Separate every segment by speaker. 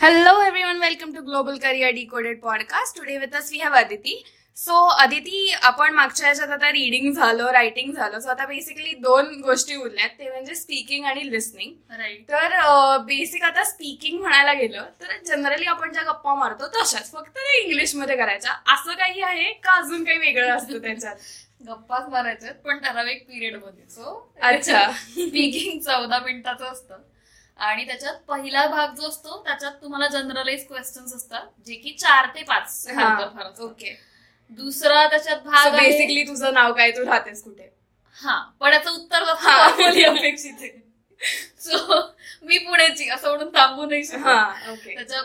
Speaker 1: Hello, everyone. Welcome to Global Career Decoded podcast. Today with us we have Aditi. So Aditi आपण मागच्या याच्यात आता reading झालं writing झालं सो आता बेसिकली दोन गोष्टी उरल्यात ते म्हणजे स्पीकिंग आणि लिस्निंग
Speaker 2: राईट
Speaker 1: तर बेसिक आता स्पीकिंग म्हणायला गेलं तर जनरली आपण ज्या गप्पा मारतो तशाच फक्त त्या इंग्लिशमध्ये करायच्या असं काही आहे का अजून काही वेगळं असतं त्याच्यात
Speaker 2: गप्पाच मारायच्यात पण ठराविक पिरियड मध्ये सो
Speaker 1: अच्छा
Speaker 2: स्पीकिंग चौदा मिनिटाचं असतं आणि त्याच्यात पहिला भाग जो असतो त्याच्यात तुम्हाला जनरलाइज क्वेश्चन्स असतात जे की चार ते पाच
Speaker 1: हा.
Speaker 2: फार तर फार असतात.
Speaker 1: ओके
Speaker 2: दुसरा त्याच्यात भाग आहे-
Speaker 1: बेसिकली तुझं नाव काय तू राहतेस कुठे
Speaker 2: हा पण याचं उत्तर
Speaker 1: हा आपली
Speaker 2: कसं
Speaker 1: अपेक्षित आहे.
Speaker 2: सो मी पुण्याची असं म्हणून थांबू नाही शकत
Speaker 1: हा ओके
Speaker 2: त्याच्या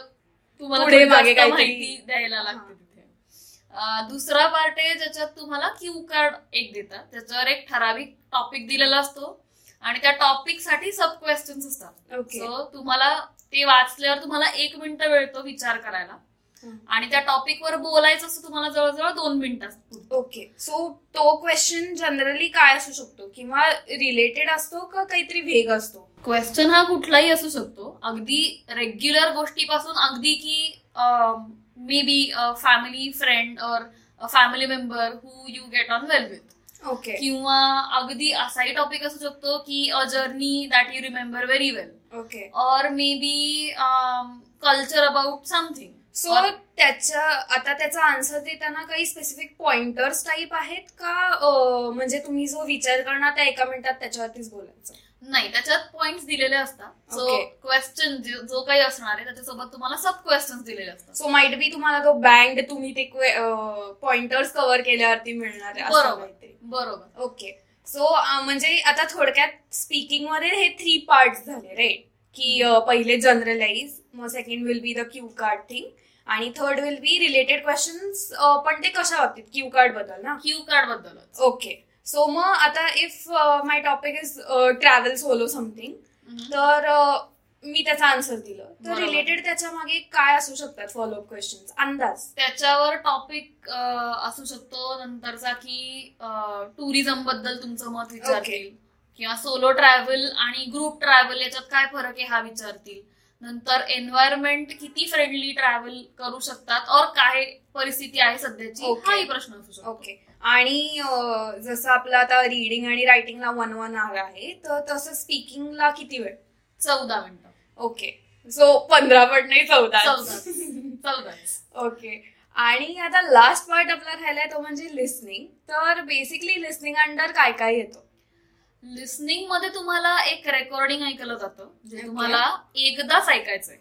Speaker 2: तुम्हाला
Speaker 1: पुढे
Speaker 2: पुढे
Speaker 1: मागे
Speaker 2: मागे
Speaker 1: काहीतरी-
Speaker 2: माहिती द्यायला लागते तिथे अं, दुसरा पार्ट आहे ज्याच्यात तुम्हाला क्यू कार्ड एक देतात त्याच्यावर एक ठराविक टॉपिक दिलेला असतो आणि त्या टॉपिक साठी सब क्वेश्चन्स असतात
Speaker 1: ओके
Speaker 2: सो तुम्हाला ते वाचल्यावर तुम्हाला एक मिनिट मिळतो विचार करायला
Speaker 1: हं.
Speaker 2: आणि त्या टॉपिकवर बोलायचं असतं तुम्हाला जवळजवळ दोन मिनिटं असतात.
Speaker 1: ओके सो तो क्वेश्चन जनरली काय असू शकतो किंवा रिलेटेड असतो का काहीतरी वेग असतो
Speaker 2: क्वेश्चन हा कुठलाही असू शकतो अगदी रेग्युलर गोष्टीपासून अगदी की मे बी फॅमिली फ्रेंड और family member who you get on well with
Speaker 1: okay
Speaker 2: किंवा अगदी असाही टॉपिक असू शकतो की a journey that you remember very well
Speaker 1: okay
Speaker 2: और maybe culture about something
Speaker 1: so त्याच्या आता त्याचा आन्सर देताना काही स्पेसिफिक पॉइंटर्स टाईप आहेत का अं, म्हणजे तुम्ही जो विचार करणार त्या एका मिनिटात त्याच्यावरतीच बोलायचं
Speaker 2: नाही त्याच्यात पॉइंट दिलेले असतात सो
Speaker 1: Okay.
Speaker 2: क्वेश्चन जो काही असणार आहे त्याच्यासोबत तुम्हाला सब क्वेश्चन दिलेले असतात
Speaker 1: सो माइट बी तुम्हाला तो बँड तुम्ही ते पॉइंटर्स कव्हर केल्यावरती मिळणार आहे असं
Speaker 2: बरोबर.
Speaker 1: काहीतरी.
Speaker 2: बरोबर
Speaker 1: ओके सो अं, म्हणजे आता थोडक्यात स्पीकिंग मध्ये हे थ्री पार्ट झाले राईट की अं, पहिले जनरलाइज मग second will be the cue card thing आणि third will be related questions पण ते कशा बाबतीत क्यू कार्ड बद्दल ना
Speaker 2: क्यू कार्ड बद्दलच
Speaker 1: ओके सो मग आता if my topic is travel solo something तर अं, मी त्याचा आन्सर दिलं तर
Speaker 2: बरोबर.
Speaker 1: रिलेटेड त्याच्या मागे काय असू शकतात फॉलोअप क्वेश्चन्स अंदाज
Speaker 2: त्याच्यावर टॉपिक असू शकतो नंतरचा की टुरिझम बद्दल तुमचं मत विचारतील किंवा सोलो ट्रॅव्हल आणि ग्रुप ट्रॅव्हल याच्यात काय फरक आहे हा विचारतील नंतर एन्व्हायरमेंट किती फ्रेंडली ट्रॅव्हल करू शकतात और काय परिस्थिती आहे सध्याची
Speaker 1: Okay.
Speaker 2: हाही प्रश्न असू शकतो
Speaker 1: ओके आणि अं, जसं आपलं आता रिडिंग आणि रायटिंगला वन वन आवर आहे तर तसं स्पीकिंगला किती वेळ
Speaker 2: चौदा मिनिटं
Speaker 1: ओके सो पंधरा पण नाही चौदा
Speaker 2: चौदा चौदा
Speaker 1: ओके आणि आता लास्ट पार्ट आपला राहिलाय तो म्हणजे लिस्निंग तर बेसिकली लिस्निंग अंडर काय काय येतो
Speaker 2: लिस्निंग मध्ये तुम्हाला एक रेकॉर्डिंग ऐकलं जातं जे
Speaker 1: Okay.
Speaker 2: तुम्हाला एकदाच ऐकायचंय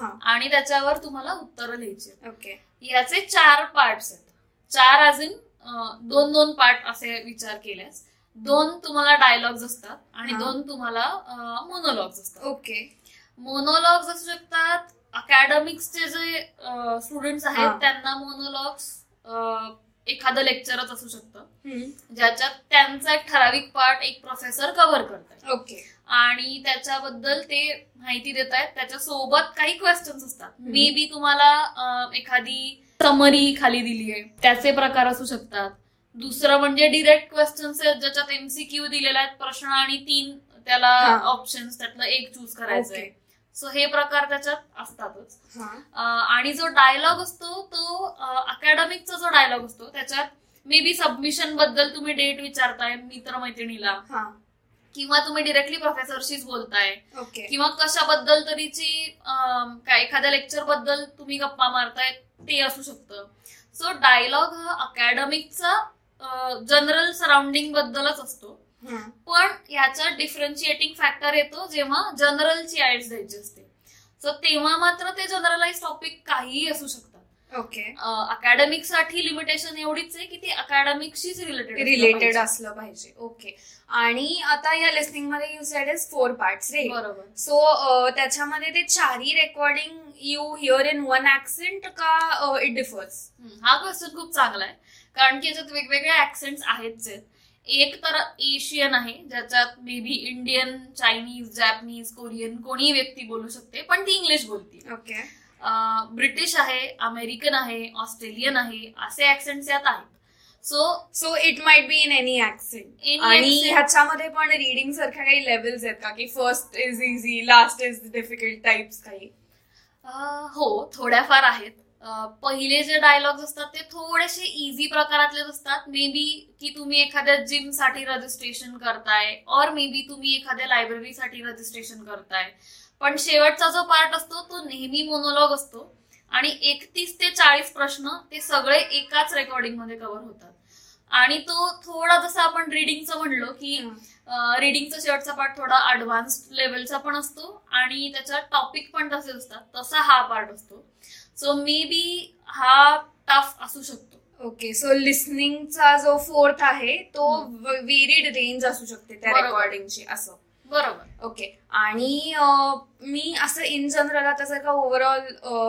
Speaker 1: हा
Speaker 2: आणि त्याच्यावर तुम्हाला उत्तरं लिहायची आहेत.
Speaker 1: ओके
Speaker 2: याचे चार पार्ट्स आहेत चार अजून दोन दोन पार्ट असे विचार केल्यास दोन तुम्हाला डायलॉग्स असतात आणि
Speaker 1: हा.
Speaker 2: दोन तुम्हाला मोनोलॉग्स असतात
Speaker 1: ओके
Speaker 2: मोनोलॉग्स असू शकतात अकॅडमिक्सचे जे स्टुडंट्स
Speaker 1: हा.
Speaker 2: आहेत त्यांना मोनोलॉग्स एखादं लेक्चरच असू शकतं
Speaker 1: हम्म.
Speaker 2: ज्याच्यात त्यांचा एक ठराविक पार्ट एक प्रोफेसर कव्हर करतात
Speaker 1: ओके
Speaker 2: आणि त्याच्याबद्दल ते माहिती देत आहेत त्याच्यासोबत काही क्वेश्चन्स असतात
Speaker 1: हम्म.
Speaker 2: मे बी तुम्हाला अं, एखादी समरी खाली दिली आहे त्याचे प्रकार असू शकतात दुसरं म्हणजे डिरेक्ट क्वेश्चन्स आहेत ज्याच्यात एमसीक्यू दिलेला आहेत प्रश्न आणि तीन त्याला
Speaker 1: हा.
Speaker 2: ऑप्शन्स त्यातलं एक चूज करायचं आहे
Speaker 1: ओके
Speaker 2: सो हे प्रकार त्याच्यात असतातच
Speaker 1: हा
Speaker 2: अं, आणि जो डायलॉग असतो तो अकॅडमिकचा जो डायलॉग असतो त्याच्यात मे बी सबमिशन बद्दल तुम्ही डेट विचारताय मित्रमैत्रिणीला
Speaker 1: हा
Speaker 2: किंवा तुम्ही डिरेक्टली प्रोफेसरशीच बोलताय
Speaker 1: ओके
Speaker 2: किंवा कशाबद्दल तरीची अम, काय एखाद्या लेक्चर बद्दल तुम्ही गप्पा मारताय ते असू शकतं सो डायलॉग हा अकॅडमिकचा जनरल सराउंडिंग बद्दलच असतो
Speaker 1: हा
Speaker 2: पण याचा डिफरन्शिएटिंग फॅक्टर येतो जेव्हा जनरलची आयड्स द्यायची असते सो तेव्हा मात्र ते जनरलाइज टॉपिक काहीही असू शकतात
Speaker 1: ओके
Speaker 2: अकॅडमिक साठी लिमिटेशन एवढीच आहे की ते अकॅडमिकशीच रिलेटेड
Speaker 1: रिलेटेड असलं पाहिजे ओके आणि आता या लिस्निंग मध्ये you said is four parts रे
Speaker 2: बरोबर
Speaker 1: सो त्याच्यामध्ये ते चारही recording you hear in one accent का इट डिफर्स
Speaker 2: हम्म, हा क्वेश्चन खूप चांगला आहे कारण की याच्यात वेगवेगळे ऍक्सेंट्स आहेतच आहेत एक तर एशियन आहे ज्याच्यात maybe Indian Chinese Japanese Korean कोणीही व्यक्ती बोलू शकते पण ती इंग्लिश बोलते
Speaker 1: ओके
Speaker 2: ब्रिटिश आहे अमेरिकन आहे ऑस्ट्रेलियन आहे असे ऍक्सेंट्स यात आहेत so
Speaker 1: so it might be in any accent आणि ह्याच्यामध्ये पण रिडिंग सारख्या काही लेवल्स आहेत का की first is easy last is difficult types काही
Speaker 2: अं, हो थोड्याफार आहेत अं, पहिले जे डायलॉग्स असतात ते थोडेसे इझी प्रकारातलेच असतात मे बी की तुम्ही एखाद्या जिम साठी रजिस्ट्रेशन करताय और मे बी तुम्ही एखाद्या लायब्ररीसाठी रजिस्ट्रेशन करताय पण शेवटचा जो पार्ट असतो तो नेहमी मोनोलॉग असतो आणि एकतीस ते चाळीस प्रश्न ते सगळे एकाच रेकॉर्डिंग मध्ये कव्हर होतात आणि तो थोडा जसं आपण रिडिंगचं म्हणलो की रिडिंगचा शेवटचा पार्ट थोडा अडव्हान्स लेवलचा पण असतो आणि त्याच्यात टॉपिक पण तसे असतात तसा हा पार्ट असतो सो मे बी हा टफ असू शकतो
Speaker 1: ओके सो लिस्निंगचा जो फोर्थ आहे तो
Speaker 2: हम्म.
Speaker 1: वेरिड रेंज असू शकते त्या
Speaker 2: बरोबर.
Speaker 1: रेकॉर्डिंगची असं
Speaker 2: बरोबर
Speaker 1: ओके आणि अं, मी असं इन जनरल आता जर का ओव्हरऑल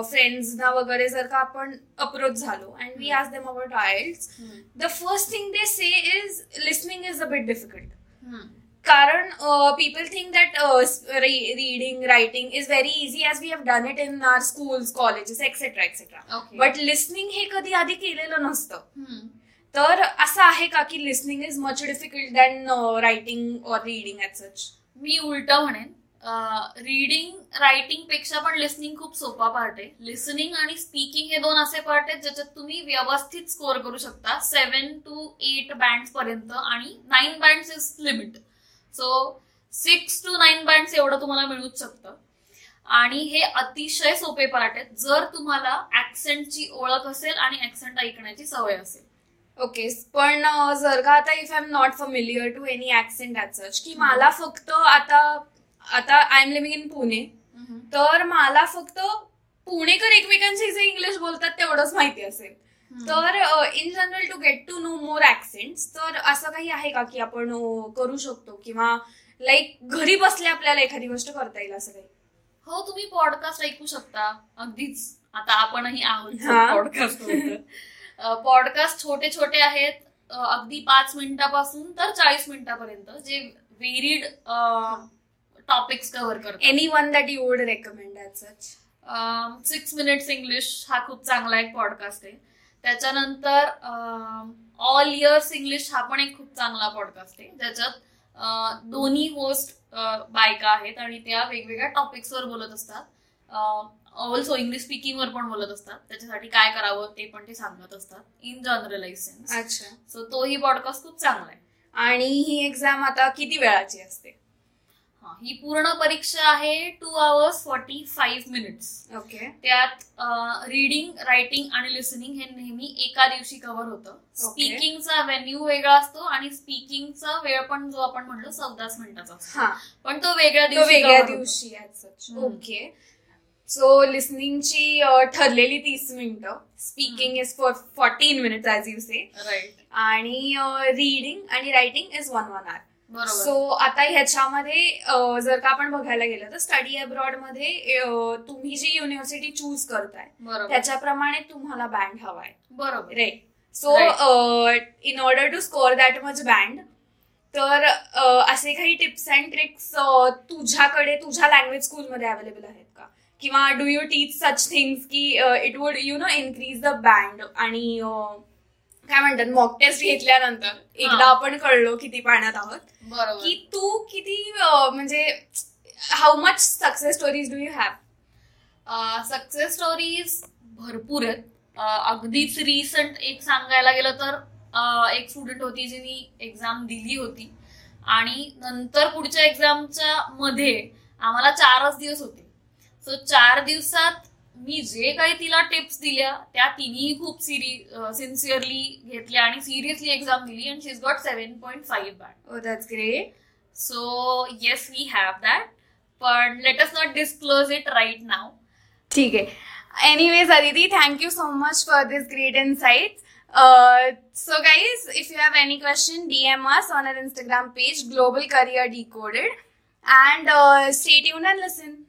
Speaker 1: फ्रेंड्सना वगैरे जर का आपण अप्रोच झालो अँड वी आज them about IELTS the first thing they say is listening is a bit difficult
Speaker 2: hmm.
Speaker 1: कारण people think that reading writing is very easy as we have done it in our schools colleges etcetera etcetera
Speaker 2: Okay.
Speaker 1: But listening हे कधी आधी केलेलं नसतं
Speaker 2: हम्म.
Speaker 1: तर असं आहे का की listening is much difficult than writing or reading at such
Speaker 2: मी उलट म्हणेन रीडिंग रायटिंग पेक्षा पण लिसनिंग खूप सोपा पार्ट आहे लिसनिंग आणि स्पीकिंग हे दोन असे पार्ट आहेत ज्याच्यात तुम्ही व्यवस्थित स्कोअर करू शकता सेवन टू एट बँड पर्यंत आणि nine band is limit so six to nine band एवढं तुम्हाला मिळूच शकतं आणि हे अतिशय सोपे पार्ट आहेत जर तुम्हाला ऍक्सेंटची ओळख असेल आणि ऍक्सेंट ऐकण्याची सवय असेल
Speaker 1: ओके पण अ, जर का आता if I am not familiar to any accent at such की
Speaker 2: हम्म.
Speaker 1: मला फक्त आता आता I am living in Pune तर मला फक्त पुणेकर एकमेकांशी जे इंग्लिश बोलतात तेवढंच माहिती असेल
Speaker 2: तर
Speaker 1: तर in general to get to know more accent तर असं काही आहे का की आपण अ, करू शकतो किंवा लाईक घरी बसल्या आपल्याला एखादी गोष्ट करता येईल असं काही
Speaker 2: हो तुम्ही पॉडकास्ट ऐकू शकता अगदीच आता आपणही आहोत
Speaker 1: हा.
Speaker 2: पॉडकास्ट पॉडकास्ट छोटे छोटे आहेत अ, अगदी पाच मिनिटापासून तर चाळीस मिनिटापर्यंत जे वेरिड टॉपिक्स कव्हर करतात
Speaker 1: any one that you would recommend at such
Speaker 2: six minutes English हा खूप चांगला एक पॉडकास्ट आहे त्याच्यानंतर ऑल इयर्स इंग्लिश हा पण एक खूप चांगला पॉडकास्ट आहे ज्याच्यात अ, दोन्ही होस्ट बायका आहेत आणि त्या वेगवेगळ्या टॉपिक्सवर बोलत असतात ऑल्सो इंग्लिश स्पीकिंगवर पण बोलत असतात त्याच्यासाठी काय करावं ते पण ते सांगत असतात इन जनरलाइज सेन्स
Speaker 1: अच्छा
Speaker 2: सो तोही पॉडकास्ट खूप चांगला आहे
Speaker 1: आणि ही एक्झाम आता किती वेळाची असते
Speaker 2: हा, ही पूर्ण परीक्षा आहे two hours forty five minutes
Speaker 1: okay
Speaker 2: त्यात रीडिंग रायटिंग आणि लिसनिंग हे नेहमी एका दिवशी कव्हर होतं स्पीकिंगचा व्हेन्यू वेगळा असतो आणि स्पीकिंगचा वेळ पण जो आपण म्हणलो चौदाच मिनिटाचा असतो
Speaker 1: हा
Speaker 2: पण तो वेगळ्या
Speaker 1: तो
Speaker 2: दिवशी
Speaker 1: वेगळ्या
Speaker 2: cover होतो.
Speaker 1: दिवशी
Speaker 2: हम्म.
Speaker 1: ओके सो लिस्निंगची अ, ठरलेली तीस मिनिटं speaking is for fourteen minute as you say
Speaker 2: Right.
Speaker 1: आणि रीडिंग आणि writing is one one hour
Speaker 2: बरोबर
Speaker 1: सो आता ह्याच्यामध्ये अ, जर का आपण बघायला गेलं तर स्टडी अब्रॉड मध्ये अ, तुम्ही जी युनिव्हर्सिटी चूज करताय
Speaker 2: बरोबर
Speaker 1: त्याच्याप्रमाणे तुम्हाला बँड हवाय
Speaker 2: बरोबर
Speaker 1: right so in order to score that much band तर अ, असे काही टिप्स अँड ट्रिक्स uh, तुझ्याकडे तुझ्या लँग्वेज स्कूलमध्ये अवेलेबल आहेत का किंवा do you teach such things की uh, it would you know increase the band आणि अ, काय म्हणतात मॉक टेस्ट घेतल्यानंतर एकदा आपण कळलो किती पाण्यात आहोत
Speaker 2: बरोबर
Speaker 1: की तू किती अ, म्हणजे how much success stories do you have
Speaker 2: success stories भरपूर आहेत अं, अगदीच रिसंट एक सांगायला गेलं तर अं, एक स्टुडंट होती जिनी एक्झाम दिली होती आणि नंतर पुढच्या एक्झामच्या मध्ये आम्हाला चारच दिवस होते सो चार दिवसात मी जे काही तिला टिप्स दिल्या त्या तिन्ही खूप सिरी सिन्सिअरली घेतल्या आणि सिरियसली एक्झाम दिली and she is got seven point five band
Speaker 1: oh that's great
Speaker 2: so yes we have that पण let us not disclose it right नाव
Speaker 1: ठीक आहे anyways Aditi thank you so much for this great insight so guys if you have any question, DM us on our Instagram page, Global Career Decoded, and stay tuned and listen.